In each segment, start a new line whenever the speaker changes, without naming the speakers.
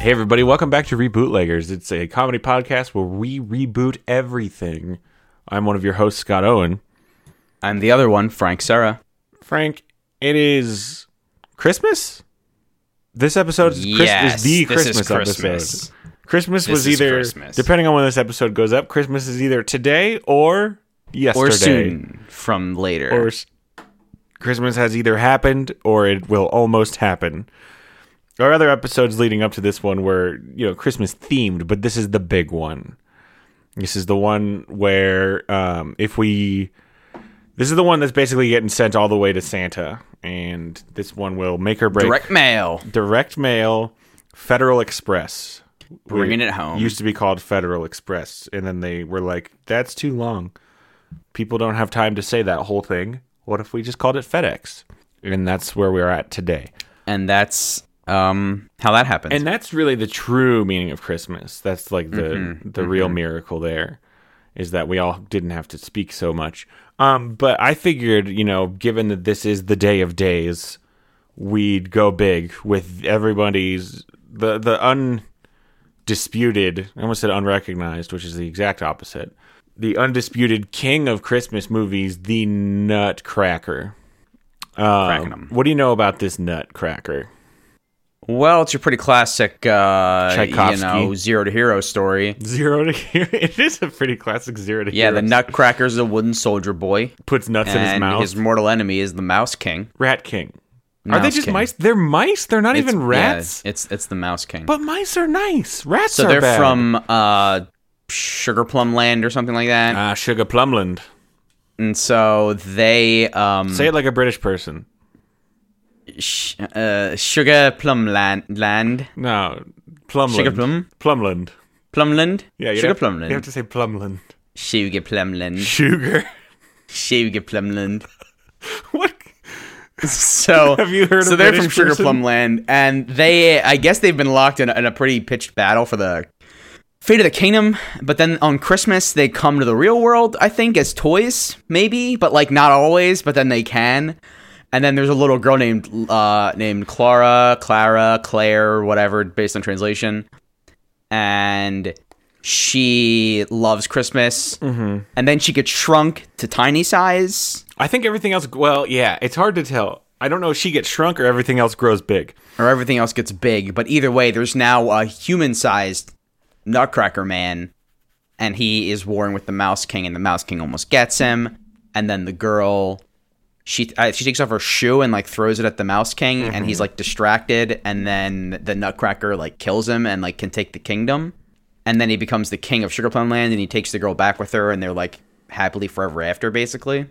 Hey, everybody, welcome back to Rebootleggers. It's a comedy podcast where we reboot everything. I'm one of your hosts, Scott Owen.
I'm the other one, Frank Serra.
Frank, it is Christmas? This episode is, Chris-
Yes,
is the
this
Christmas,
is Christmas.
episode. Christmas was
is
either,
Christmas.
depending on when this episode goes up, Christmas is either today or yesterday.
Or soon from later.
Or s- Christmas has either happened or it will almost happen. Our other episodes leading up to this one were, you know, Christmas themed, but this is the big one. This is the one where um, if we. This is the one that's basically getting sent all the way to Santa. And this one will make or break
direct mail.
direct mail, Federal Express.
Bringing it home.
Used to be called Federal Express. And then they were like, that's too long. People don't have time to say that whole thing. What if we just called it FedEx? And that's where we're at today.
and that's um how that happens.
And that's really the true meaning of Christmas. That's like the the real miracle there is that we all didn't have to speak so much. Um, but I figured, you know, given that this is the day of days, we'd go big with everybody's the the undisputed. I almost said unrecognized, which is the exact opposite. The undisputed king of Christmas movies, the Nutcracker.
Cracking
Um,
'em.
what do you know about this Nutcracker?
well, it's your pretty classic uh
Tchaikovsky.
you know, zero to hero story.
Zero to hero. It is a pretty classic zero to
Yeah,
hero.
the Nutcracker's a wooden soldier boy.
puts nuts in his
And
mouth.
his, mortal enemy is the Mouse King.
Rat king. are
Mouse
they just
King.
mice? They're mice. They're not
It's-
even
yeah,
rats.
it's it's the Mouse King.
but mice are nice. Rats
so
are
they're
bad.
from uh Sugar Plum Land or something like that.
Ah, sugar plumland.
and so they um
Say it like a British person.
sh- uh, Sugar Plum Land land
No, plumland.
Sugar Plum?
Plumland.
Plumland?
Yeah, you
Sugar
have,
Plumland.
You have to say plumland.
Sugar Plumland.
Sugar.
Sugar Plumland.
what?
So
Have you heard
So
of
they're
British
from Sugar
person?
Plum Land, and they, I guess, they've been locked in a, in a pretty pitched battle for the fate of the kingdom. But then on Christmas, they come to the real world. I think as toys, maybe, but like not always. But then they can. And then there's a little girl named uh, named Clara, Clara, Claire, whatever, based on translation. And she loves Christmas. Mm-hmm. And then she gets shrunk to tiny size.
I think everything else. Well, yeah, it's hard to tell. I don't know if she gets shrunk or everything else grows big.
or everything else gets big. But either way, there's now a human sized Nutcracker Man, and he is warring with the Mouse King, and the Mouse King almost gets him. And then the girl, she uh, she takes off her shoe and like throws it at the Mouse King, and he's like distracted. And then the Nutcracker like kills him and like can take the kingdom. And then he becomes the king of Sugar Plum Land, and he takes the girl back with her, and they're like happily forever after, basically.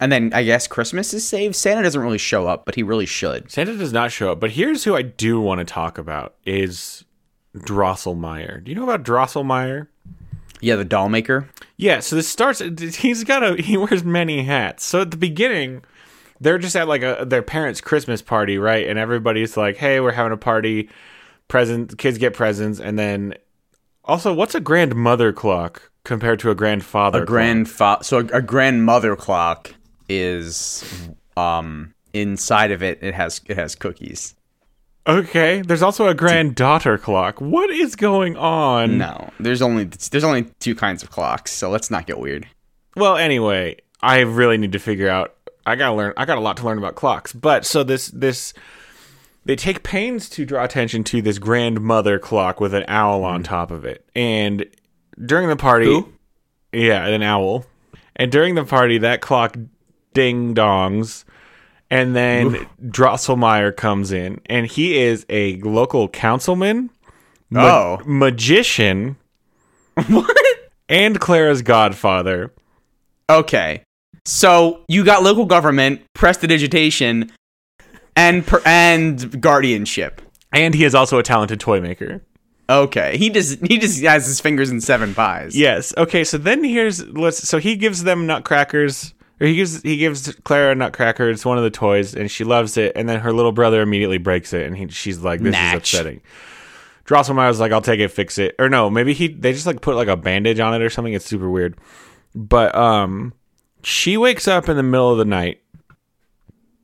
And then I guess Christmas is saved. Santa doesn't really show up, but he really should.
Santa does not show up, but here's who I do want to talk about is Drosselmeyer. Do you know about Drosselmeyer?
Yeah, the doll maker.
Yeah, so this starts he's got a he wears many hats. So at the beginning, they're just at like a their parents' Christmas party, right? And everybody's like, "Hey, we're having a party. Present kids get presents." And then also, what's a grandmother clock compared to a grandfather? clock?
grandfather. So a, a grandmother clock is um inside of it. It has it has cookies.
Okay, there's also a granddaughter clock. What is going on?
No, there's only there's only two kinds of clocks. So let's not get weird.
Well, anyway, I really need to figure out. I gotta learn. I got a lot to learn about clocks. But so this this they take pains to draw attention to this grandmother clock with an owl on top of it, and during the party,
Hmm. Who?
yeah, an owl, and during the party that clock ding dongs. And then Drosselmeyer comes in, and he is a local councilman,
Oh.
magician,
what?
and Clara's godfather.
Okay. So you got local government, prestidigitation, and per- and guardianship.
And he is also a talented toy maker.
Okay, he just he just has his fingers in seven pies.
Yes. Okay. So then here's let's. So he gives them nutcrackers, or he gives he gives Clara a nutcracker. It's one of the toys, and she loves it. And then her little brother immediately breaks it, and he, she's like, "This
Natch.
is upsetting." Drosselmeyer's like, "I'll take it, fix it," or no, maybe he they just like put like a bandage on it or something. It's super weird. But um, she wakes up in the middle of the night.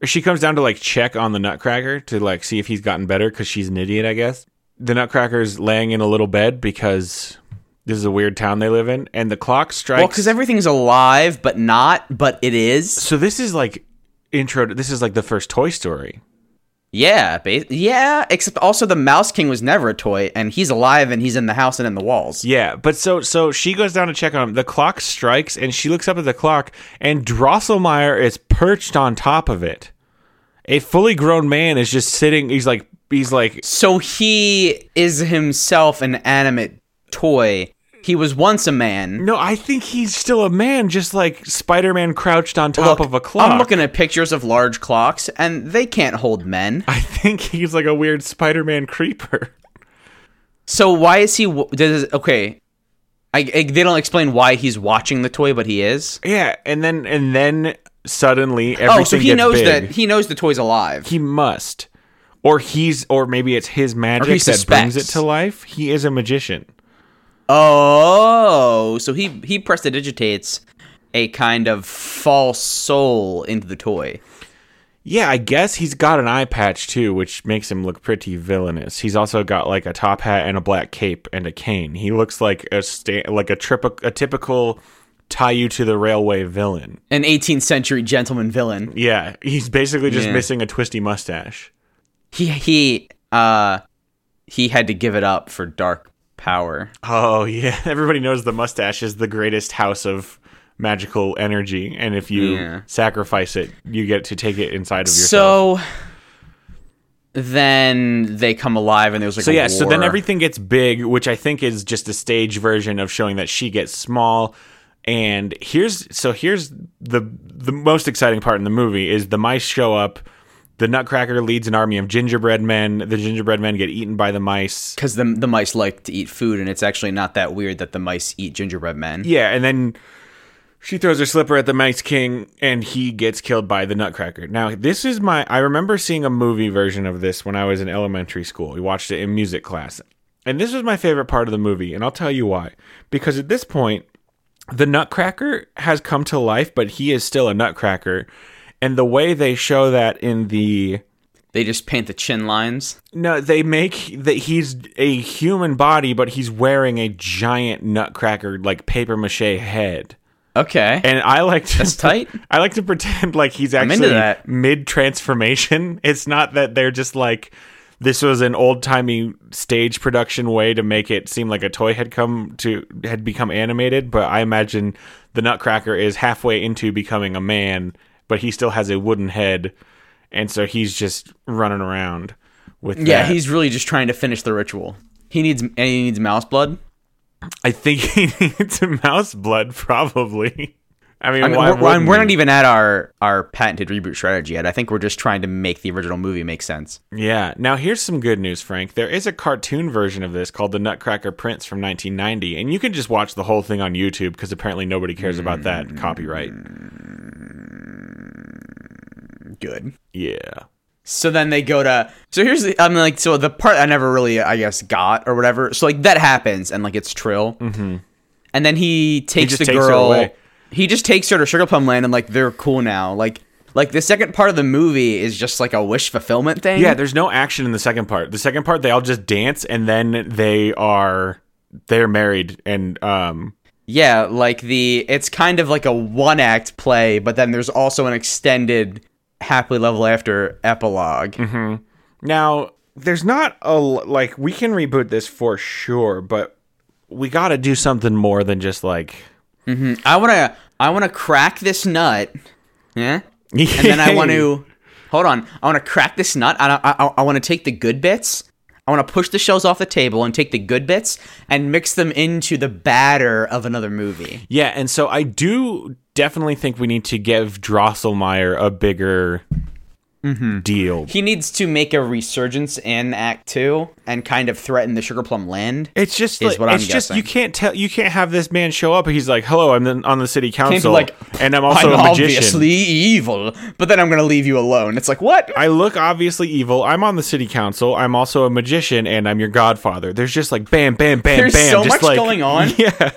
She comes down to like check on the nutcracker to like see if he's gotten better because she's an idiot, I guess. the Nutcracker's laying in a little bed because this is a weird town they live in, and the clock
Well,
strikes.
because everything's alive, but not, but it is.
so this is like intro. To, this is like the first Toy Story.
Yeah, ba- yeah. Except also the Mouse King was never a toy, and he's alive, and he's in the house and in the walls.
Yeah, but so so she goes down to check on him. The clock strikes, and she looks up at the clock, and Drosselmeyer is perched on top of it. A fully grown man is just sitting. He's like he's like
So he is himself an animate toy. He was once a man.
no. I think he's still a man, just like Spider Man crouched on top
Look,
of a clock.
I'm looking at pictures of large clocks, and they can't hold men.
I think he's like a weird Spider Man creeper.
So why is he? w- Does okay? I, I- they don't explain why he's watching the toy, but he is.
Yeah, and then and then suddenly everything
Oh, so he
gets
knows
big.
that he knows the toy's alive.
he must, or he's, or maybe it's his magic
he
that brings it
suspects.
to life. He is a magician.
Oh, so he he prestidigitates a kind of false soul into the toy.
Yeah, I guess he's got an eye patch too, which makes him look pretty villainous. He's also got like a top hat and a black cape and a cane. He looks like a sta- like a, trip- a typical tie you to the railway villain.
An 18th century gentleman villain.
Yeah, he's basically just
Yeah.
missing a twisty mustache.
He he uh he had to give it up for dark power.
Oh yeah, everybody knows the mustache is the greatest house of magical energy, and if you
Yeah.
sacrifice it, you get to take it inside of yourself.
So then they come alive and there's like
So
a
yeah, so then
war.
everything gets big, which I think is just a stage version of showing that she gets small. And here's so here's the the most exciting part in the movie is the mice show up. The Nutcracker leads an army of gingerbread men. The gingerbread men get eaten by the mice.
because the, the mice like to eat food, and it's actually not that weird that the mice eat gingerbread men.
Yeah, and then she throws her slipper at the Mice King, and he gets killed by the Nutcracker. Now, this is my. I remember seeing a movie version of this when I was in elementary school. We watched it in music class. And this was my favorite part of the movie, and I'll tell you why. Because at this point, the Nutcracker has come to life, but he is still a Nutcracker. And the way they show that in the
They just paint the chin lines.
no, they make that he's a human body, but he's wearing a giant Nutcracker like paper mache head.
Okay,
And I like to
that's tight.
I like to pretend like he's
into
actually
that.
mid transformation. It's not that they're just like this was an old timey stage production way to make it seem like a toy had come to had become animated, but I imagine the Nutcracker is halfway into becoming a man, but he still has a wooden head, and so he's just running around with
Yeah,
that.
he's really just trying to finish the ritual. He needs and he needs mouse blood.
I think he needs mouse blood probably. I mean,
I mean,
why
we're, we're- we're
wouldn't
not
he?
even at our our patented reboot strategy yet. I think we're just trying to make the original movie make sense.
Yeah. Now here's some good news, Frank. There is a cartoon version of this called The Nutcracker Prince from 1990, and you can just watch the whole thing on YouTube because apparently nobody cares about that copyright.
Good.
Yeah.
So then they go to. So here's the. I'm like. So the part I never really, I guess, got or whatever. So like that happens and like it's Trill. Mm-hmm. And then he takes
just
the
takes her
girl.
away.
He just takes her to Sugar Plum Land and like they're cool now. Like like the second part of the movie is just like a wish fulfillment thing.
Yeah, there's no action in the second part. The second part they all just dance and then they are they're married and um
Yeah, like the it's kind of like a one act play, but then there's also an extended happily level after epilogue.
now there's not a l- like we can reboot this for sure, but we got to do something more than just like
I wanna I wanna crack this nut, yeah,
and
and then I want to hold on. I want to crack this nut. I I, I, I want to take the good bits. I want to push the shells off the table and take the good bits and mix them into the batter of another movie.
Yeah, and so I do definitely think we need to give Drosselmeyer a bigger deal.
He needs to make a resurgence in Act Two and kind of threaten the Sugar Plum Land.
It's just
Is
like,
what I'm
it's just
guessing.
you can't tell you can't have this man show up. and He's like, "Hello, I'm the, on the city council,
like,
and I'm also
I'm
a magician.
obviously evil, but then I'm gonna leave you alone. It's like what?
I look obviously evil. I'm on the city council. I'm also a magician, and I'm your godfather." There's just like bam, bam, bam,
There's
bam.
so
just
much
like-
going on.
Yeah,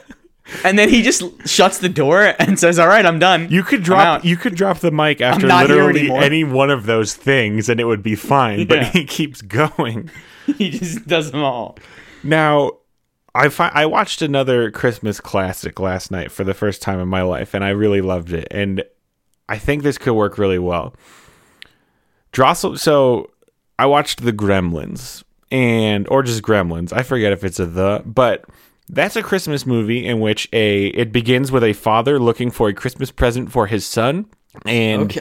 and then he just shuts the door and says, "All right, I'm done."
You could drop you could drop the mic after
not here
literally
anymore.
any one of those things and it would be fine, but
Yeah.
he keeps going.
he just does them all.
Now, I fi- I watched another Christmas classic last night for the first time in my life, and I really loved it. And I think this could work really well. Drossel. So I watched The Gremlins, and or just Gremlins. I forget if it's a the, but that's a Christmas movie in which a it begins with a father looking for a Christmas present for his son, and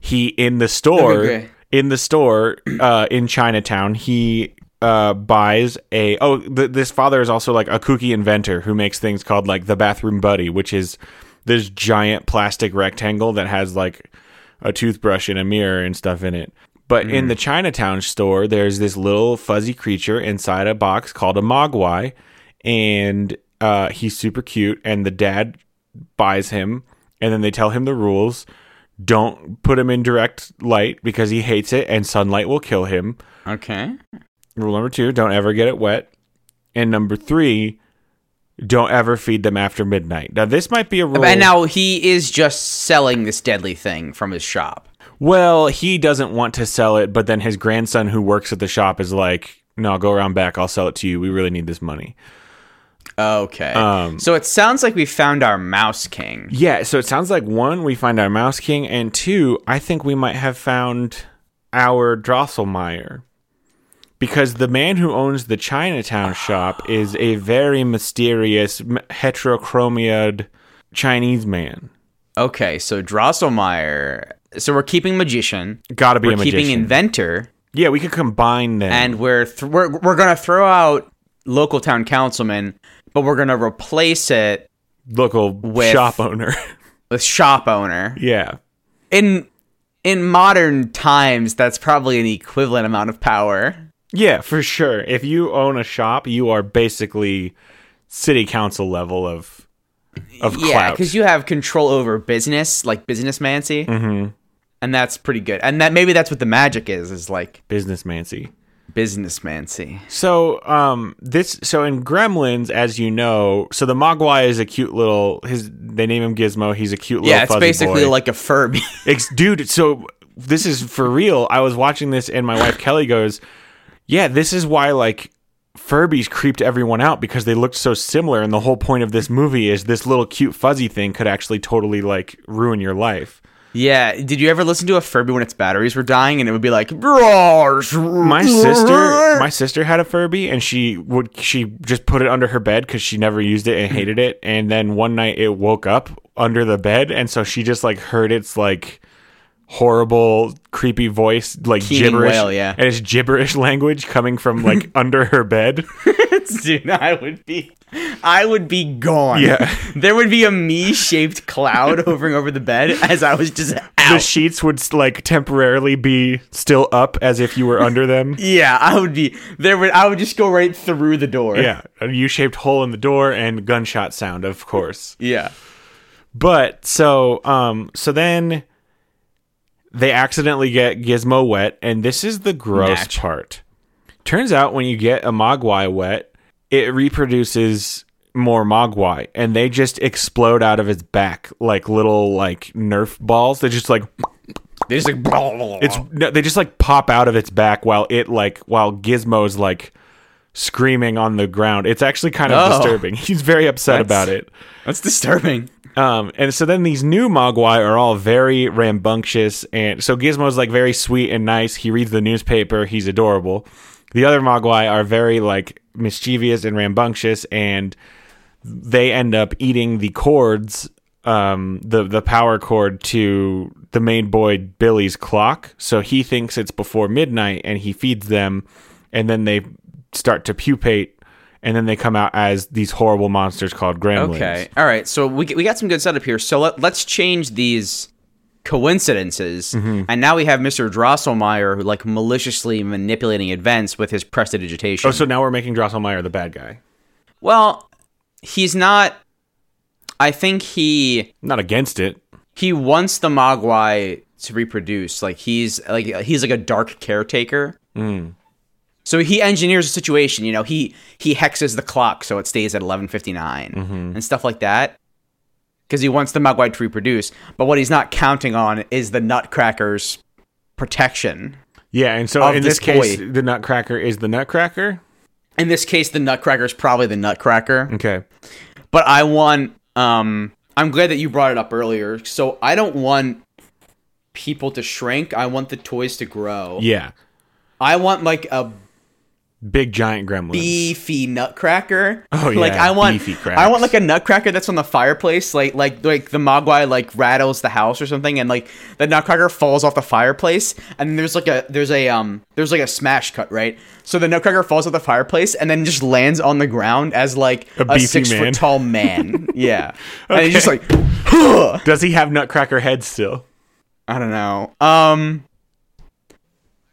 he in the store
Okay.
in the store uh, in Chinatown he uh, buys a oh th- this father is also like a kooky inventor who makes things called like the bathroom buddy which is this giant plastic rectangle that has like a toothbrush and a mirror and stuff in it but in the Chinatown store there's this little fuzzy creature inside a box called a mogwai and uh, he's super cute and the dad buys him and then they tell him the rules don't put him in direct light because he hates it and sunlight will kill him
Okay.
rule number two don't ever get it wet and number three don't ever feed them after midnight now this might be a rule
And now he is just selling this deadly thing from his shop.
well he doesn't want to sell it but then his grandson who works at the shop is like no go around back i'll sell it to you we really need this money
Okay.
Um,
so it sounds like we found our Mouse King.
Yeah, so it sounds like one, we find our Mouse King, and two, I think we might have found our Drosselmeyer. Because the man who owns the Chinatown shop is a very mysterious, m- heterochromiaed Chinese man.
Okay, so Drosselmeyer. So we're keeping magician.
Gotta be
We're
a magician.
keeping inventor,
yeah, we could combine them.
and we're th- we're we're gonna throw out local town councilman, but we're gonna replace it
local
with-
shop owner.
with shop owner.
yeah.
In in modern times, that's probably an equivalent amount of power.
Yeah, for sure. If you own a shop, you are basically city council level of of
Yeah,
clout.
because you have control over business, like business mancy, mm-hmm. and that's pretty good. And that maybe that's what the magic is, is like
Businessmancy.
business mancy.
So, um, this so in Gremlins, as you know, so the Mogwai is a cute little. His they name him Gizmo. He's a cute little.
Yeah, it's
fuzzy
basically
boy.
like a Furby.
Ex- dude. So this is for real. I was watching this, and my wife Kelly goes, "Yeah, this is why like Furbies creeped everyone out because they looked so similar." And the whole point of this movie is this little cute fuzzy thing could actually totally like ruin your life.
yeah, did you ever listen to a Furby when its batteries were dying and it would be like, my
my sister my sister had a furby and she would she just put it under her bed because she never used it and hated it and then one night it woke up under the bed and so she just like heard its like horrible creepy voice like
Keening
gibberish
wail, yeah.
and it's gibberish language coming from like under her bed
dude, I would be, I would be gone.
Yeah.
there would be a me-shaped cloud hovering over the bed as I was just
the
out.
sheets would like temporarily be still up as if you were under them
yeah, I would be there. Would I would just go right through the door.
yeah a u-shaped hole in the door and gunshot sound of course
yeah.
But so um so then they accidentally get Gizmo wet, and this is the gross
Natch.
part. Turns out when you get a Mogwai wet, it reproduces more Mogwai, and they just explode out of its back like little like Nerf balls. They just like
They're just like,
it's no, they just like pop out of its back while it like while Gizmo's like screaming on the ground. It's actually kind of
Oh.
disturbing. He's very upset about it.
that's disturbing.
Um, and so then these new Mogwai are all very rambunctious, and so Gizmo's like very sweet and nice. He reads the newspaper. He's adorable. The other Mogwai are very like mischievous and rambunctious, and they end up eating the cords, um, the the power cord to the main boy Billy's clock. So he thinks it's before midnight, and he feeds them, and then they start to pupate, and then they come out as these horrible monsters called gremlins.
Okay. All right. So we, we got some good setup here. So let, let's change these coincidences.
Mm-hmm.
And now we have Mr. Drosselmeyer, who like maliciously manipulating events with his prestidigitation.
Oh, so now we're making Drosselmeyer the bad guy.
well, he's not. I think he
Not against it.
he wants the Hmm. Mogwai to reproduce. Like he's like he's like a dark caretaker. So he engineers a situation, you know, he he hexes the clock so it stays at 11:59 and stuff like that because he wants the Mogwai to reproduce, but what he's not counting on is the Nutcracker's protection.
Yeah, and so
Of
in
this
this case,
boy.
the Nutcracker is the Nutcracker.
In this case, the Nutcracker's probably the Nutcracker.
Okay.
but I want um I'm glad that you brought it up earlier. So I don't want people to shrink. I want the toys to grow.
Yeah.
I want like a
Big giant gremlins.
beefy nutcracker.
Oh,
Like
yeah,
I want
beefy cracks.
I want like a nutcracker that's on the fireplace like like like the mogwai like rattles the house or something and like the nutcracker falls off the fireplace and there's like a there's a um there's like a smash cut, right? So the nutcracker falls off the fireplace and then just lands on the ground as like
A
a,
beefy
6
man.
foot tall man. yeah. And he's just
Okay.
like
Does he have Nutcracker head still?
I don't know. Um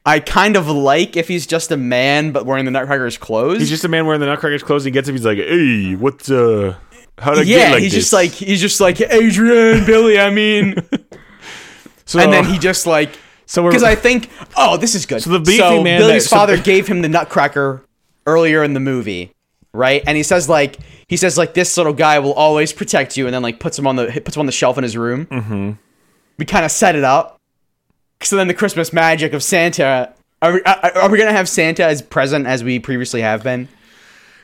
I kind of like if he's just a man but wearing the nutcracker's clothes.
He's just a man wearing the Nutcracker's clothes. He gets up. He's like, "Hey, what's uh, how'd I
yeah,
get like
he's just
this?"
like he's just like Adrian, Billy. I mean,
so,
and then he just like
so
because
we're,
I think oh this is good. So
the beefy man
Billy's
that- so-
father gave him the Nutcracker earlier in the movie, right? And he says like he says like this little guy will always protect you, and then like puts him on the puts him on the shelf in his room. Mm-hmm. We kind of set it up. So then the Christmas magic of Santa. Are we, are are we gonna have Santa as present as we previously have been?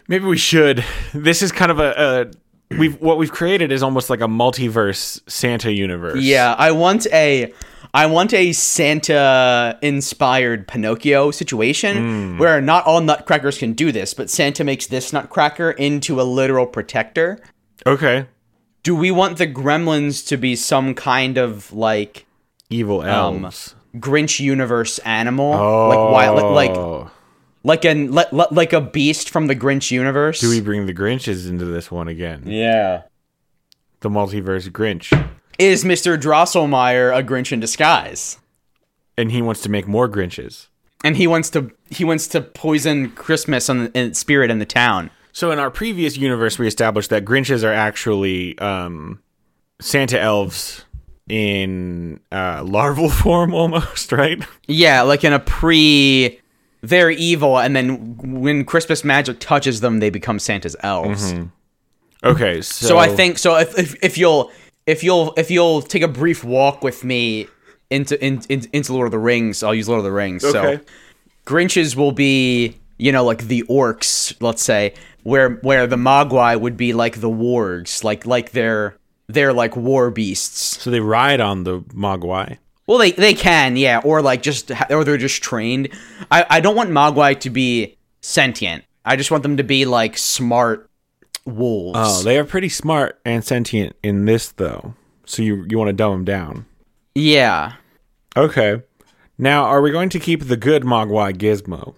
maybe we should. This is kind of a, a we've what we've created is almost like a multiverse Santa universe.
Yeah, I want a I want a Santa inspired Pinocchio
Hmm.
situation where not all nutcrackers can do this, but Santa makes this nutcracker into a literal protector.
Okay.
Do we want the gremlins to be some kind of like
Evil elves.
Grinch universe animal? Um, Like wi- like like
Oh.
like an like, like a beast from the Grinch universe?
we bring the Grinches into this one again.
yeah.
The multiverse Grinch,
Is Mr. Drosselmeyer a Grinch in disguise?
and he wants to make more Grinches.
And he wants to he wants to poison Christmas and, and spirit in the town.
So in our previous universe, we established that Grinches are actually um, Santa elves in uh, larval form, almost right.
Yeah, like in a pre they're evil and then when Christmas magic touches them they become Santa's elves.
Okay, so,
So I think so if, if if you'll if you'll if you'll take a brief walk with me into in, in, into Lord of the Rings, I'll use Lord of the Rings.
Okay.
So Grinches will be, you know, like the orcs, let's say, where where the Mogwai would be like the wargs, like like they're they're like war beasts.
so. They ride on the Mogwai.
Well, they they can, yeah, or like just or they're just trained. I I don't want Mogwai to be sentient. I just want them to be like smart wolves.
Oh, they are pretty smart and sentient in this though. So you you want to dumb them down?
yeah.
Okay. Now, are we going to keep the good Mogwai Gizmo?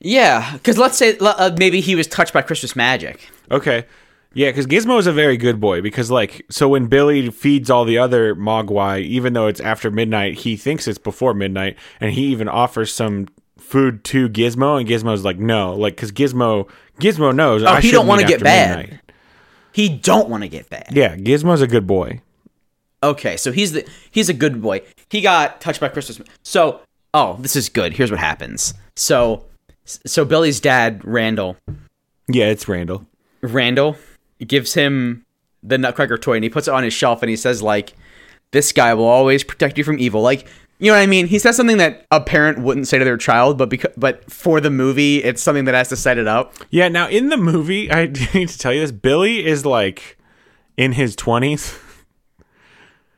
Yeah, cuz let's say le- uh, maybe he was touched by Christmas magic.
Okay. Yeah, because Gizmo is a very good boy. Because like, so when Billy feeds all the other Mogwai, even though it's after midnight, he thinks it's before midnight, and he even offers some food to Gizmo, and Gizmo's like, no, like, because Gizmo, Gizmo knows. Oh,
he don't wanna get bad. He don't want to get bad.
Yeah, Gizmo's a good boy.
Okay, so he's the he's a good boy. He got touched by Christmas. ma- So, oh, this is good. Here's what happens. So so Billy's dad, Randall,
Yeah, it's Randall.
Randall gives him the Nutcracker toy and he puts it on his shelf and he says like, "This guy will always protect you from evil." Like, you know what I mean? He says something that a parent wouldn't say to their child, but because but for the movie, it's something that has to set it up.
Yeah. Now in the movie, I need to tell you this: Billy is like in his twenties.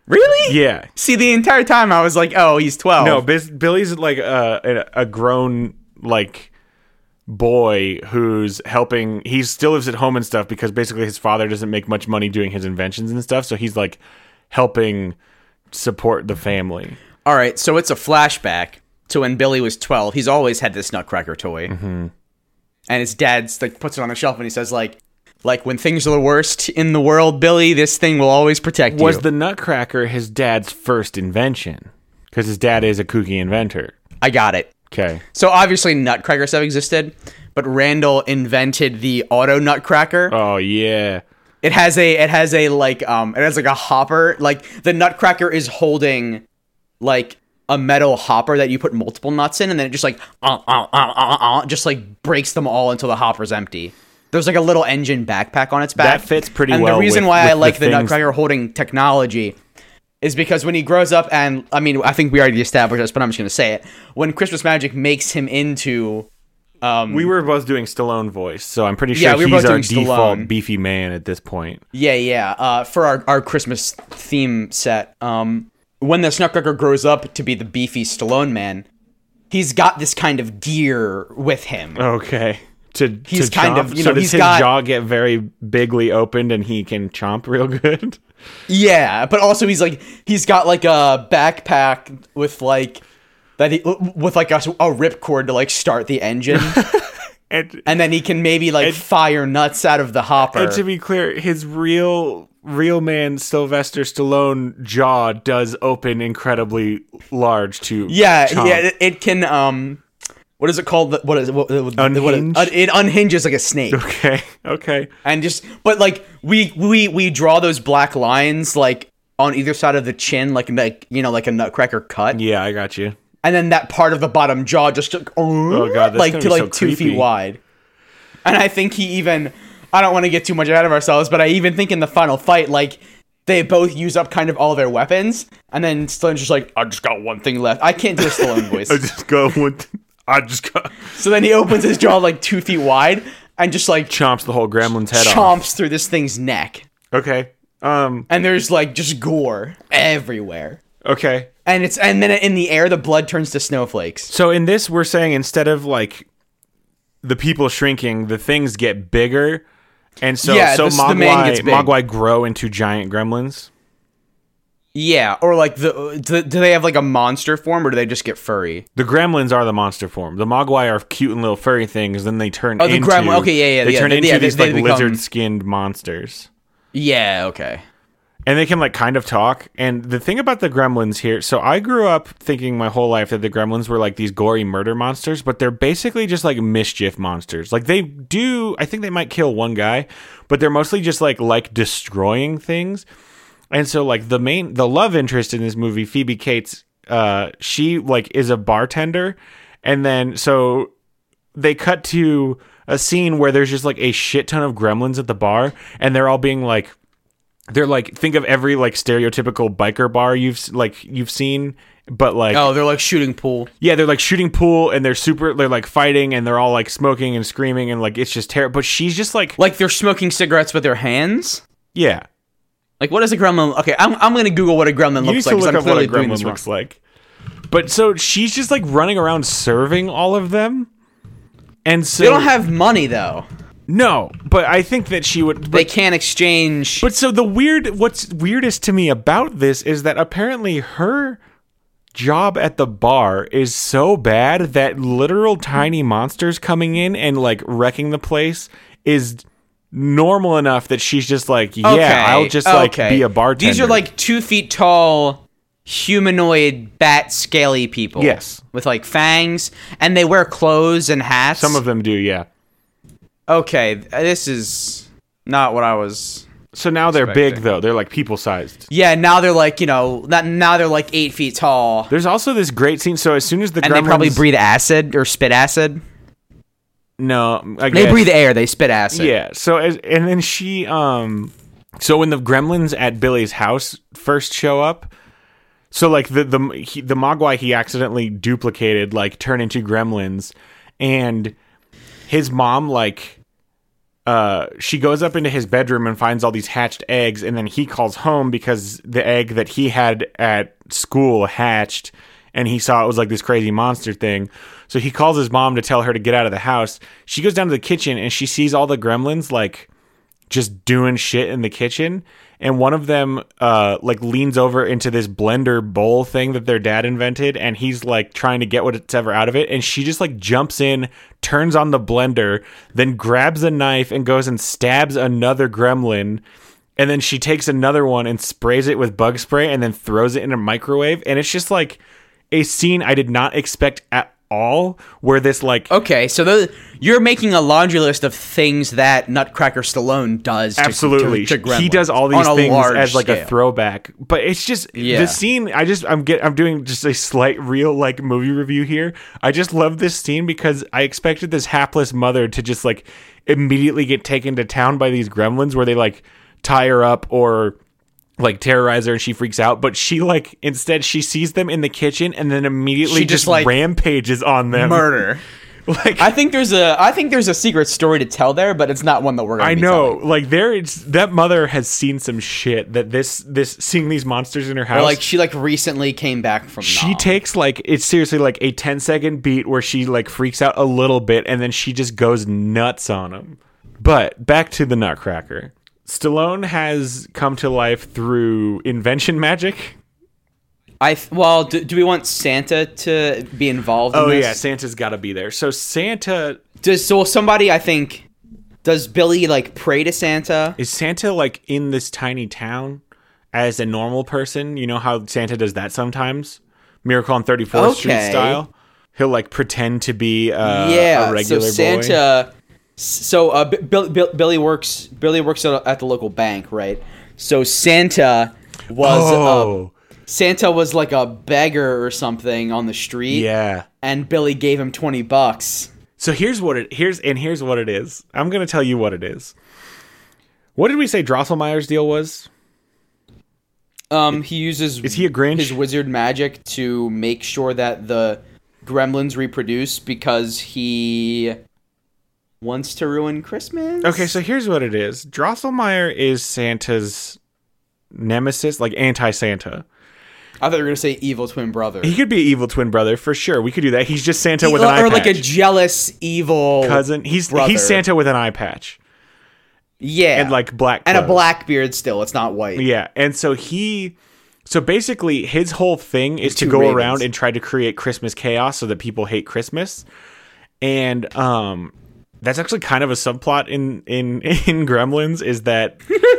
Really?
Yeah.
See, the entire time I was like, "Oh, he's 12."
No, Biz- Billy's like a, a a grown like boy who's helping. He still lives at home and stuff because basically his father doesn't make much money doing his inventions and stuff. So he's like helping support the family.
All right, so it's a flashback to when Billy was 12. He's always had this Nutcracker toy.
Mm-hmm.
And his dad's like puts it on the shelf and he says like like when things are the worst in the world, Billy, this thing will always protect you.
Was the Nutcracker his dad's first invention? Because his dad is a kooky inventor.
I got it.
Okay.
So obviously nutcrackers have existed, but Randall invented the auto nutcracker.
Oh yeah.
It has a it has a like um it has like a hopper. Like the nutcracker is holding like a metal hopper that you put multiple nuts in, and then it just like uh, uh, uh, uh, uh, just like breaks them all until the hopper's empty. There's like a little engine backpack on its back.
That fits pretty
and
well
the reason
with-
why I
with
like
the
the,
things-
Nutcracker holding technology is because when he grows up, and I mean, I think we already established this, but I'm just gonna say it. When Christmas magic makes him into
We were both doing Stallone voice, so I'm pretty sure
Yeah, we were
he's
both
our
doing
default
Stallone.
beefy man at this point.
Yeah, yeah. Uh, for our, our Christmas theme set, um, when the Nutcracker grows up to be the beefy Stallone man, he's got this kind of gear with him.
Uh-huh. Okay. To
He's
to
kind
chomp?
of- you
so
know,
does
he's
his
got-
jaw get very bigly opened and he can chomp real good?
Yeah, but also he's like he's got like a backpack with like that he with like a, a ripcord to like start the engine,
And
and then he can maybe like fire nuts out of the hopper.
And to be clear, his real real man Sylvester Stallone jaw does open incredibly large to
Yeah,
chomp.
yeah, it, it can. Um, what is it called? What is what? what
Unhinge?
What, it unhinges like a snake,
Okay. Okay.
and just but like we we we draw those black lines like on either side of the chin, like like you know like a nutcracker cut,
Yeah, I got you.
and then that part of the bottom jaw just like, oh
God, that's
like
gonna
to
be
like
so
two
creepy.
feet wide, and I think he even. I don't want to get too much out of ourselves, but I even think in the final fight, like they both use up kind of all their weapons, and then Stallone's just like, "I just got one thing left." I can't do a Stallone voice.
just go with I just got
So then he opens his jaw like two feet wide and just like
chomps the whole gremlin's head off.
chomps through this thing's neck.
Okay. Um
And there's like just gore everywhere.
okay.
And it's and then in the air the blood turns to snowflakes.
So in this we're saying instead of like the people shrinking, the things get bigger. And so
Yeah,
so
this- the man
Mogwai
gets big.
Mogwai grow into giant gremlins.
Yeah, or like the do, do they have like a monster form or do they just get furry?
The gremlins are the monster form. The Mogwai are cute and little furry things. Then they turn
Oh, the
into
gremlin- okay, yeah, yeah,
they
yeah,
turn
they-
into
yeah, they-
these
they
like
become-
lizard skinned monsters,
Yeah, okay.
and they can like kind of talk. And the thing about the gremlins here, so I grew up thinking my whole life that the gremlins were like these gory murder monsters, but they're basically just like mischief monsters. Like they do, I think they might kill one guy, but they're mostly just like like destroying things. And so like the main the love interest in this movie, Phoebe Cates, uh, she like is a bartender. And then so they cut to a scene where there's just like a shit ton of gremlins at the bar and they're all being like they're like think of every like stereotypical biker bar you've s- like you've seen but like
Oh, they're like shooting pool.
yeah they're like shooting pool and they're super they're like fighting and they're all like smoking and screaming and like it's just terrible but she's just like
Like they're smoking cigarettes with their hands?
yeah
Like what is a gremlin? Okay, I'm I'm going to google what a gremlin
you
looks
need to
like
look
I'm
up what a
clearly doing
gremlin
this wrong.
looks like but so she's just like running around serving all of them and so
They don't have money though.
no but i think that she would
They can't exchange
But so the weird, what's weirdest to me about this is that apparently her job at the bar is so bad that literal tiny monsters coming in and like wrecking the place is normal enough that she's just like, yeah, I'll just like
okay.
be a bartender.
These are like two feet tall, humanoid, bat scaly people.
Yes.
With like fangs, and they wear clothes and hats.
some of them do, yeah.
Okay, th- this is not what I was.
So now they're big
Expecting.
though; they're like people sized.
Yeah, now they're like, you know, not, now they're like eight feet tall.
There's also this great scene. So as soon as the
And
gremlins,
they probably breathe acid or spit acid.
no, I
They
guess.
breathe air, they spit acid.
Yeah. So as, and then she um so when the gremlins at Billy's house first show up, so like the the he, the Mogwai he accidentally duplicated like turn into gremlins and his mom like uh she goes up into his bedroom and finds all these hatched eggs and then he calls home because the egg that he had at school hatched and he saw it was like this crazy monster thing so he calls his mom to tell her to get out of the house she goes down to the kitchen and she sees all the gremlins like just doing shit in the kitchen and one of them uh like leans over into this blender bowl thing that their dad invented and he's like trying to get what's ever out of it and she just like jumps in turns on the blender then grabs a knife and goes and stabs another gremlin and then she takes another one and sprays it with bug spray and then throws it in a microwave and it's just like a scene i did not expect at all where this like
Okay, so the, you're making a laundry list of things that Nutcracker Stallone does. to-
absolutely
to, to
he
Gremlins
does all these
on a
things
large
as like a
scale.
throwback but it's just
Yeah.
the scene i just i'm get i'm doing just a slight real like movie review here i just love this scene because i expected this hapless mother to just like immediately get taken to town by these gremlins where they like tie her up or like terrorize her and she freaks out but she like instead she sees them in the kitchen and then immediately
She
just,
just, like,
rampages on them
murder.
like
I think there's a I think there's a secret story to tell there, but it's not one that we're. Gonna
I
be
know,
telling.
like there, it's that mother has seen some shit. That this, this seeing these monsters in her house,
Or like she like recently came back from.
she
Nam.
takes like it's seriously like a 10 second beat where she like freaks out a little bit and then she just goes nuts on him. But back to the Nutcracker. Stallone has come to life through invention magic.
I th- well, do, do we want Santa to be involved?
Oh
in this?
yeah, Santa's got to be there. So Santa
Does so somebody I think does Billy like pray to Santa?
is Santa like in this tiny town as a normal person? You know how Santa does that sometimes? Miracle on 34th Street
Okay.
style. He'll like pretend to be uh,
yeah.
a regular
so
boy.
Santa. So uh, B- Bill, Bill, Billy works. Billy works at, at the local bank, right? So Santa was uh,
Oh,
Santa was like a beggar or something on the street.
yeah.
And Billy gave him twenty bucks.
So here's what it here's and here's what it is. I'm gonna tell you what it is. What did we say Drosselmeyer's deal was?
Um, he uses
Is he a Grinch?
his wizard magic to make sure that the gremlins reproduce because he wants to ruin Christmas.
Okay, so here's what it is. Drosselmeyer is Santa's nemesis, like anti-Santa.
I thought you were gonna say evil twin brother,
He could be an evil twin brother for sure. We could do that. He's just Santa with
or,
an eye
or like a
patch.
jealous evil
cousin. He's
brother.
he's Santa with an eye patch
Yeah,
and like black
and a
clothes.
black beard. Still, it's not white.
Yeah, and so he, so basically his whole thing is to
two
go
ravens.
around and try to create Christmas chaos so that people hate Christmas, and um, that's actually kind of a subplot in in in Gremlins is that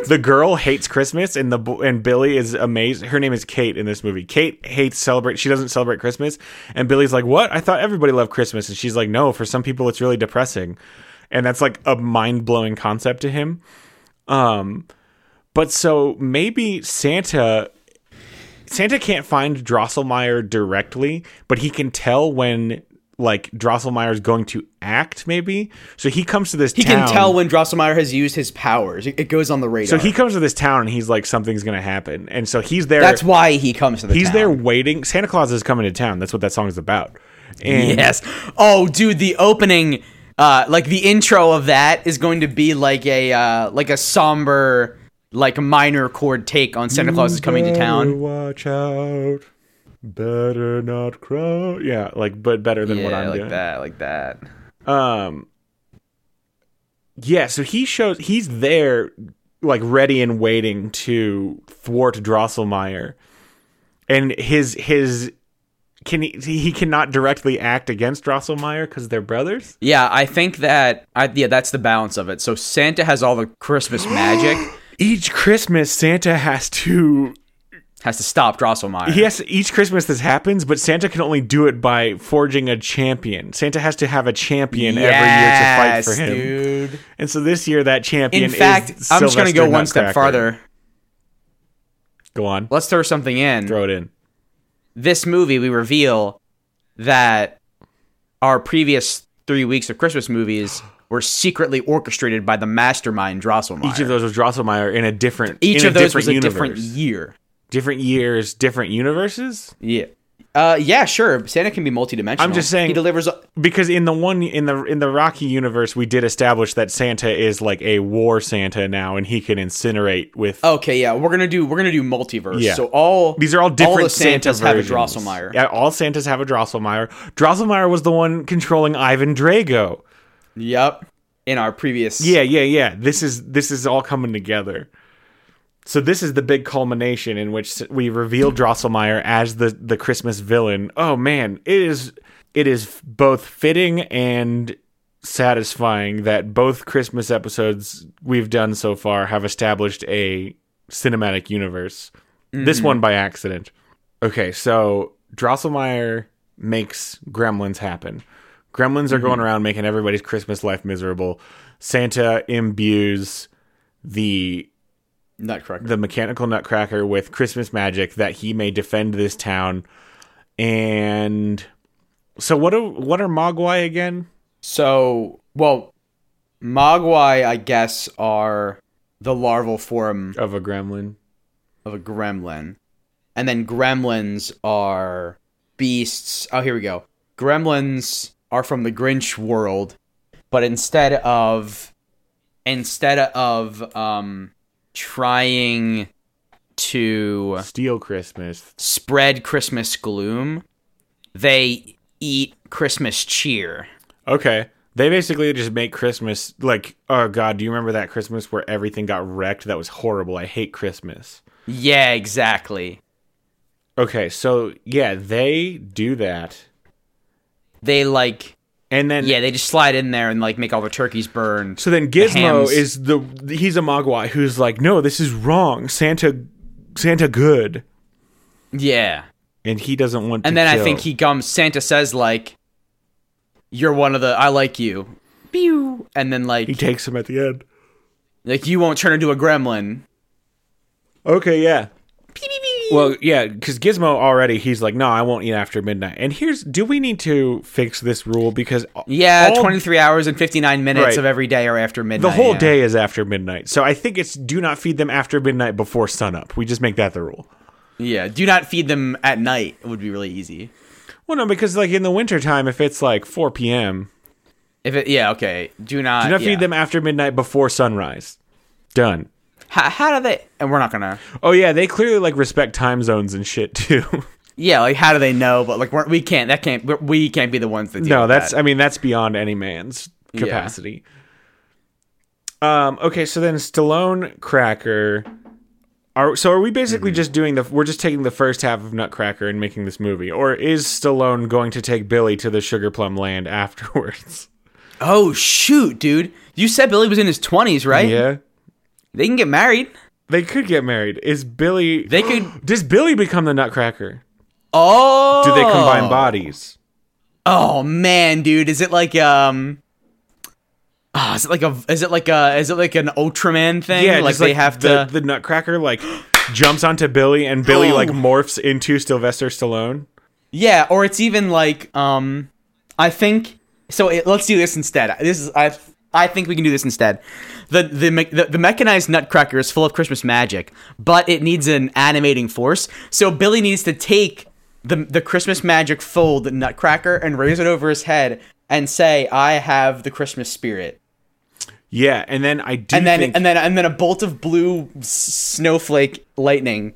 the girl hates Christmas and the bo- and Billy is amazed. Her name is Kate in this movie. Kate hates celebrate. She doesn't celebrate Christmas, and Billy's like, "What? I thought everybody loved Christmas," and she's like, "No, for some people it's really depressing." And that's like a mind blowing concept to him. But so maybe Santa Santa can't find Drosselmeyer directly, but he can tell when like Drosselmeyer's going to act maybe. So he comes to this
He
town.
can tell when Drosselmeyer has used his powers. It, it goes on the radar.
so he comes to this town and he's like something's going to happen. And so he's there
That's why he comes to the.
he's
town.
there waiting. Santa Claus is coming to town. That's what that song's about. And
Yes. Oh, dude, the opening, uh, like the intro of that is going to be like a uh, like a somber, like minor chord take on Santa Claus is coming to
Better
town.
Watch out. Better not crow. Yeah, like but better than what I'm
like
doing.
that, like that.
um yeah so he shows he's there like ready and waiting to thwart drosselmeyer and his his can he, he cannot directly act against drosselmeyer because they're brothers
Yeah, I think that I, yeah, that's the balance of it. So Santa has all the Christmas magic,
each christmas santa has to
has to stop Drosselmeyer.
yes each christmas this happens but santa can only do it by forging a champion santa has to have a champion
Yes,
every year to fight for him
dude.
and so this year that champion
In fact,
is
I'm just gonna
Sylvester
go one step
Nutcracker.
farther.
go on
Let's throw something in.
throw it in
this movie we reveal that our previous three weeks of Christmas movies were secretly orchestrated by the mastermind Drosselmeyer.
Each of those was Drosselmeyer in a different.
Each
in
of those was a
universe.
different year.
different years, different universes.
Yeah. Uh, yeah, sure. Santa can be multidimensional.
I'm just saying-
he delivers. a-
Because in the one in the in the Rocky universe, we did establish that Santa is like a war Santa now, and he can incinerate with.
okay, yeah, we're gonna do we're gonna do multiverse.
Yeah.
So Oh, all
These are all different
the Santas
Santa
have a
versions.
Drosselmeyer.
Yeah, all Santas have a Drosselmeyer. Drosselmeyer was the one controlling Ivan Drago.
Yep. In our previous
Yeah, yeah, yeah. This is this is all coming together. So this is the big culmination in which we reveal Drosselmeyer as the the Christmas villain. Oh man, it is it is both fitting and satisfying that both Christmas episodes we've done so far have established a cinematic universe. This one by accident. Okay, so Drosselmeyer makes gremlins happen. Gremlins are going around making everybody's Christmas life miserable. Santa imbues the
Nutcracker.
the mechanical nutcracker with Christmas magic that he may defend this town. And so what are what are Mogwai again?
So, well, Mogwai, I guess, are the larval form
Of a gremlin.
of a gremlin. And then gremlins are beasts. Oh, here we go. Gremlins are from the Grinch world, but instead of instead of um trying to
Steal Christmas.
spread Christmas gloom, they eat Christmas cheer.
Okay. They basically just make Christmas like oh god, do you remember that Christmas where everything got wrecked? That was horrible. I hate Christmas.
Yeah, exactly.
Okay, so yeah, they do that.
They like
And then
yeah, they just slide in there and like make all the turkeys burn.
So then
hams.
Gizmo is the he's a Mogwai who's like, no, this is wrong. Santa, Santa good,
Yeah.
and he doesn't want. to
And then I
kill.
think he comes. Santa says like, "You're one of the. I like you." Pew. And then like,
he takes him at the end.
like you won't turn into a gremlin.
Okay, yeah. Well, yeah, because Gizmo already he's like, no, I won't eat after midnight. And here's, do we need to fix this rule because
Yeah,
all-
23 hours and 59 minutes
Right.
of every day or after midnight.
the whole
yeah.
day is after midnight. So I think it's do not feed them after midnight before sunup. We just make that the rule.
Yeah. Do not feed them at night. It would be really easy.
Well, no, because like in the wintertime, if it's like 4 p.m.,
If it, yeah, okay. Do not.
do not
yeah.
feed them after midnight before sunrise. Done.
How, how do they? And we're not gonna.
Oh yeah, they clearly like respect time zones and shit too.
Yeah, like how do they know? But like we're, we can't. That can't. we're- We can't be the ones that. Deal
no,
with
that's
that.
I mean that's beyond any man's capacity. Um okay, so then Stallone Cracker are so are we basically
Mm-hmm.
just doing the we're just taking the first half of Nutcracker and making this movie or is Stallone going to take Billy to the Sugar Plum Land afterwards?
Oh shoot, dude! You said Billy was in his 20s, right?
yeah.
They can get married.
They could get married. Is Billy
They could.
Does Billy become the Nutcracker?
Oh.
Do they combine bodies?
Oh man, dude, is it like um ah, is it like a is it like a is it like an Ultraman thing?
Yeah,
like
just,
they have
the,
to
The Nutcracker like jumps onto Billy, and Billy like morphs into Sylvester Stallone.
Yeah, or it's even like um I think so it, let's do this instead. This is I I think we can do this instead. The the, me- the the mechanized nutcracker is full of Christmas magic, but it needs an animating force. So Billy needs to take the the Christmas magic fold nutcracker and raise it over his head and say, "I have the Christmas spirit."
Yeah, and then I do
and then
think
and then and then a bolt of blue s- snowflake lightning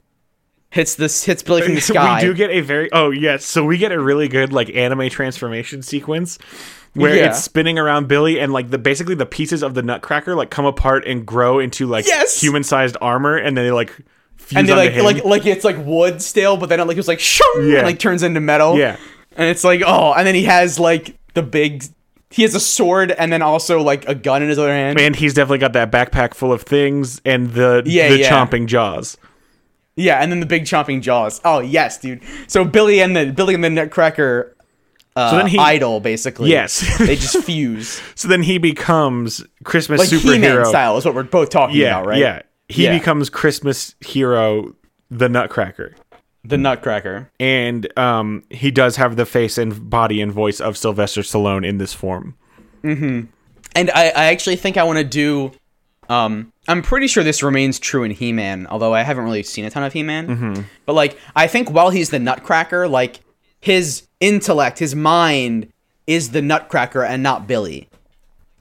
hits this hits Billy from the sky.
we do get a very oh yes, so we get a really good like anime transformation sequence where
Yeah.
it's spinning around Billy, and like the basically the pieces of the Nutcracker like come apart and grow into like
Yes!
human sized armor, and then they like fuse
and they
onto
like
him.
like like it's like wood still, but then it like it's like shung,
Yeah.
and, like turns into metal.
Yeah.
and it's like oh, and then he has like the big. He has a sword and then also like a gun in his other hand.
and he's definitely got that backpack full of things and the
Yeah,
the
yeah.
chomping jaws.
Yeah, and then the big chomping jaws. Oh yes, dude. So Billy and the Billy and the Nutcracker uh,
then he-
idol basically.
Yes.
they just fuse
So then he becomes Christmas
like He-Man
superhero
style is what we're both talking about, right?
Yeah. He
Yeah.
becomes Christmas hero the Nutcracker.
the Nutcracker.
And um he does have the face and body and voice of Sylvester Stallone in this form.
And I, I actually think I want to do. Um, I'm pretty sure this remains true in He-Man, although I haven't really seen a ton of He-Man.
Mm-hmm.
But like, I think while he's the Nutcracker, like his intellect, his mind is the Nutcracker and not Billy.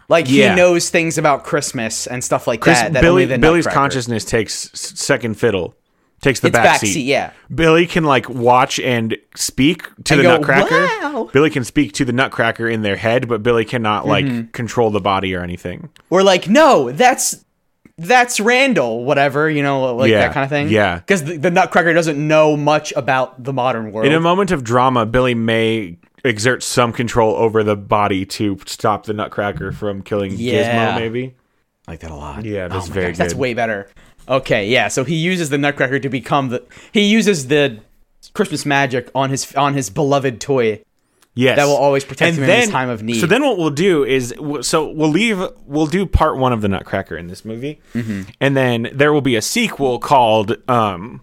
Like
Yeah.
he knows things about Christmas and stuff like
Chris-
that. that
Billy
only the
Billy's
Nutcracker-
consciousness takes s- second fiddle. Takes the
It's
back,
backseat,
seat.
yeah.
Billy can like watch and speak to
And
the
go,
Nutcracker.
"Wow."
Billy can speak to the Nutcracker in their head, but Billy cannot like
Mm-hmm.
control the body or anything.
We're like, no, that's that's Randall, whatever, you know, like
Yeah,
that kind of thing.
yeah.
because the, the Nutcracker doesn't know much about the modern world.
In a moment of drama, Billy may exert some control over the body to stop the Nutcracker from killing
Yeah.
Gizmo. Maybe.
I like that a lot. Oh
Yeah, that's
my
very
gosh, That's
good.
way better. Okay, yeah. So he uses the Nutcracker to become the. He uses the Christmas magic on his on his beloved toy
Yes,
that will always protect him in his time of need.
So then, what we'll do is, w- so we'll leave. We'll do part one of the Nutcracker in this movie,
Mm-hmm.
and then there will be a sequel called um,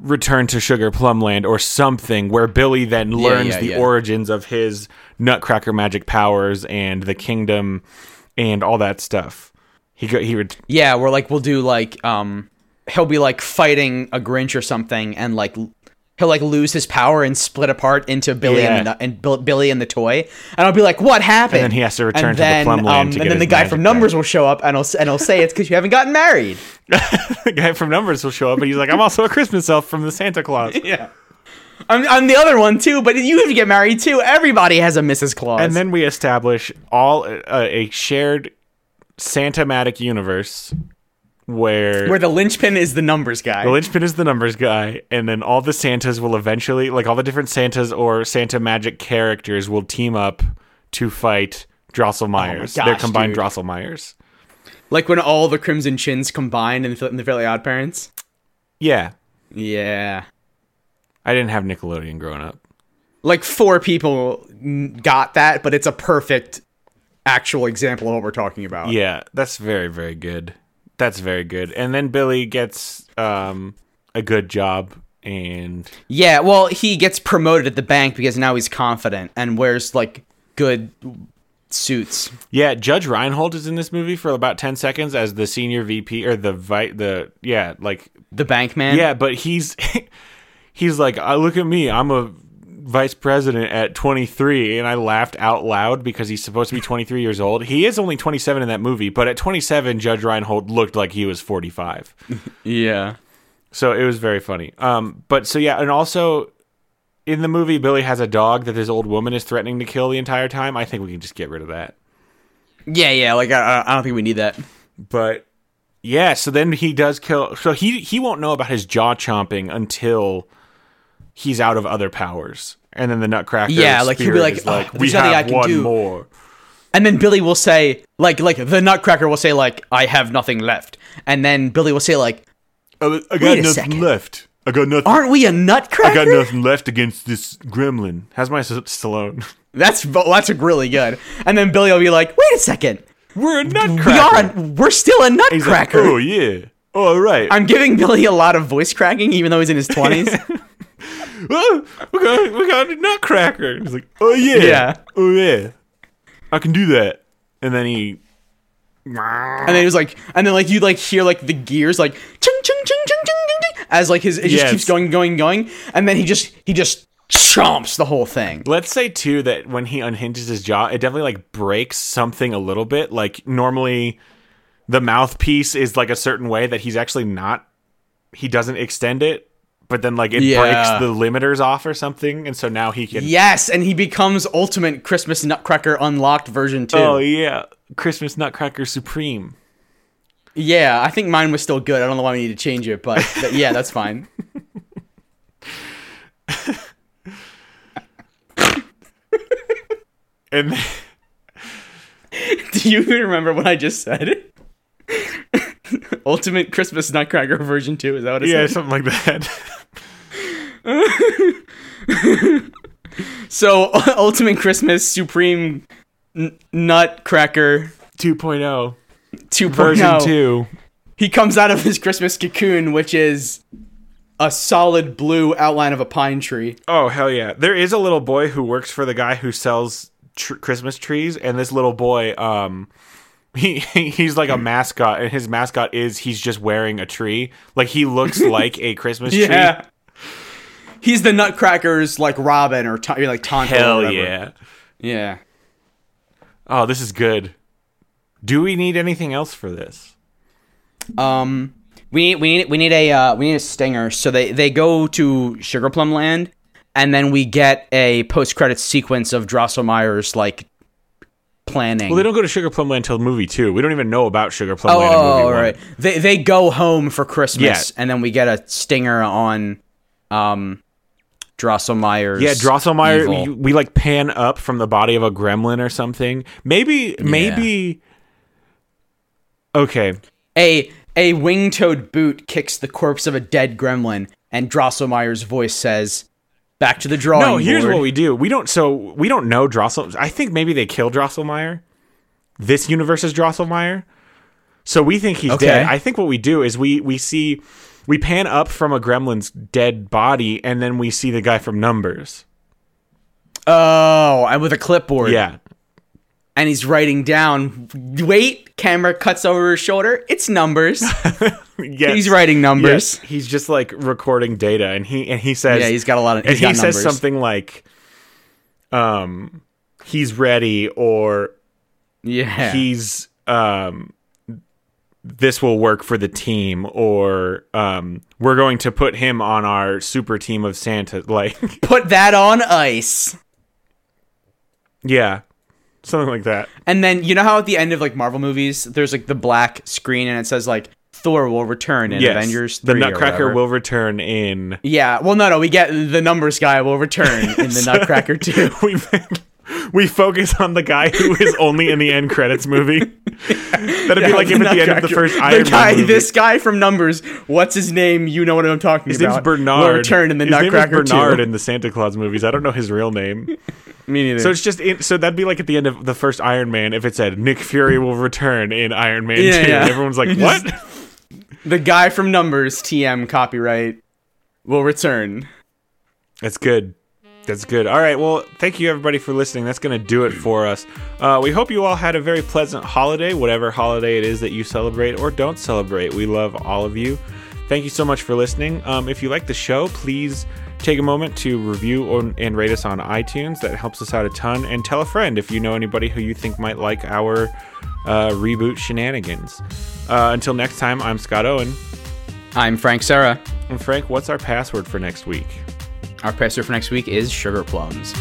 "Return to Sugar Plum Land" or something, where Billy then learns
yeah,
the
yeah.
origins of his Nutcracker magic powers and the kingdom and all that stuff. He go, he ret-
Yeah, we're like we'll do like um he'll be like fighting a Grinch or something and like l- he'll like lose his power and split apart into Billy
Yeah.
and, the, and Bill, Billy and the toy and I'll be like what happened?
then he has to return
And
to the Plum Land to
and
get
then
his
the guy from
magic
numbers will show up and he'll s- and he'll say it's cuz you haven't gotten married.
the guy from Numbers will show up, and he's like, "I'm also a Christmas elf from the Santa Claus."
Yeah. I'm, I'm the other one too, but you have to get married too. Everybody has a Mrs. Claus.
and then we establish all uh, a shared Santa-matic universe where,
where the linchpin is the numbers guy.
the linchpin is the numbers guy, and then all the Santas will eventually, like all the different Santas or Santa magic characters, will team up to fight Drosselmeyers.
Oh gosh,
They're combined
dude.
Drosselmeyers.
like when all the Crimson Chins combine in the, in the Fairly Odd Parents.
Yeah,
Yeah.
I didn't have Nickelodeon growing up.
like four people n- got that, but it's a perfect actual example of what we're talking about.
Yeah, that's very very good. That's very good. And then Billy gets um, a good job, and
Yeah, well, he gets promoted at the bank because now he's confident and wears like good suits.
Yeah, Judge Reinhold is in this movie for about ten seconds as the senior VP or the vi- the yeah like
The bank man.
yeah, but he's he's like, I look at me, I'm a vice president at 23, and I laughed out loud because he's supposed to be 23 years old. He is only 27 in that movie, but at 27, Judge Reinhold looked like he was 45.
Yeah.
So it was very funny. Um, but so yeah, and also in the movie, Billy has a dog that this old woman is threatening to kill the entire time. I think we can just get rid of that.
Yeah, yeah, like I, I don't think we need that.
but yeah so then he does kill so he he won't know about his jaw chomping until he's out of other powers and then the nutcracker
Yeah, like, he'll be
spirit
like,
is
"Ugh,
we
there's nothing
have
I can
one
do."
more
And then Billy will say like like the nutcracker will say like I have nothing left. And then Billy will say like
Oh, i,
got a nothing second.
left i got nothing
aren't we a nutcracker?
left against this gremlin. How's my Stallone?
That's that's really good. And then Billy will be like, "Wait a second.
We're a nutcracker. Oh,
We are a, we're still a nutcracker."
yeah. All right.
I'm giving Billy a lot of voice cracking, even though he's in his 20s.
oh, we got we got a nutcracker. He's like, oh yeah,
Yeah.
oh yeah, I can do that. And then he,
and then he was like, and then like you like hear like the gears like chung chung chung chung chung chung chung as like his it just
Yes.
keeps going going going, and then he just he just chomps the whole thing.
let's say too that when he unhinges his jaw, it definitely like breaks something a little bit. Like normally, the mouthpiece is like a certain way that he's actually not. He doesn't extend it, but then like it
Yeah.
breaks the limiters off or something, and so now he can.
Yes, and he becomes Ultimate Christmas Nutcracker Unlocked version two.
Oh yeah, Christmas Nutcracker Supreme.
yeah, I think mine was still good. I don't know why we need to change it, but but yeah, that's fine.
And
Do you even remember what I just said? Ultimate Christmas Nutcracker version two. Is that what it
yeah,
said?
something like that.
So Ultimate Christmas Supreme N- Nutcracker
2.0
2.0.
oh. version two.
He comes out of his Christmas cocoon, which is a solid blue outline of a pine tree.
Oh hell yeah! There is a little boy who works for the guy who sells tr- Christmas trees, and this little boy, um, he he's like a mascot, and his mascot is he's just wearing a tree. Like he looks like a Christmas tree.
He's the Nutcracker's like Robin or Ta- like Tonto. or
Hell
whatever.
yeah!
Yeah.
Oh, this is good. Do we need anything else for this?
Um, we need we need we need a uh, we need a stinger. So they they go to Sugar Plum Land, and then we get a post credit sequence of Drosselmeyer's like planning.
Well, they don't go to Sugar Plum Land till movie two. We don't even know about Sugar Plum
Oh,
Land in movie
all
one.
right. They they go home for Christmas,
Yeah.
and then we get a stinger on, um, Drosselmeyer's.
Yeah, Drosselmeyer. We,
evil.
we like pan up from the body of a gremlin or something. Maybe, maybe. Okay.
A a wing-toed boot kicks the corpse of a dead gremlin, and Drosselmeyer's voice says, Back to the drawing
No, here's
board.
what we do. We don't. So we don't know Drossel. I think maybe they kill Drosselmeyer. This universe is Drosselmeyer. So we think he's
Okay.
dead. I think what we do is we we see we pan up from a gremlin's dead body, and then we see the guy from Numbers.
Oh, and with a clipboard.
Yeah,
And he's writing down. Wait, camera cuts over his shoulder. It's numbers.
yes.
he's writing numbers.
Yes. He's just like recording data, and he and he says,
Yeah, he's got a lot of.
and
he's
he
got
says
numbers.
something like, um, he's ready or
Yeah.
he's um this will work for the team or um we're going to put him on our super team of santa like
Put that on ice.
yeah something like that
And then you know how at the end of like Marvel movies, there's like the black screen and it says like Thor will return in
yes
Avengers. 3
the
or
nutcracker
whatever.
will return in
Yeah. Well, no, no. We get the numbers guy will return in the Nutcracker too.
we we focus on the guy who is only in the end credits movie that'd be like him at the end of the first iron
the guy,
man movie.
This guy from Numbers, what's his name? You know what I'm talking
his
about.
name's Bernard.
Will return in the
His name is
Nutcracker
Bernard
too.
in the Santa Claus movies. I don't know his real name.
Me neither.
So it's just in, so that'd be like at the end of the first Iron Man if it said Nick Fury will return in Iron Man
Yeah,
Two.
yeah.
And everyone's like, what?
the guy from Numbers, TM copyright, will return.
That's good. That's good. All right. Well, thank you everybody for listening. That's gonna do it for us. Uh, we hope you all had a very pleasant holiday, whatever holiday it is that you celebrate or don't celebrate. We love all of you. Thank you so much for listening. Um, if you like the show, please take a moment to review or, and rate us on iTunes. That helps us out a ton. And tell a friend if you know anybody who you think might like our uh, reboot shenanigans. Uh, until next time, I'm Scott Owen.
I'm Frank Sarah.
And Frank, what's our password for next week?
Our pastor for next week is Sugar Plums.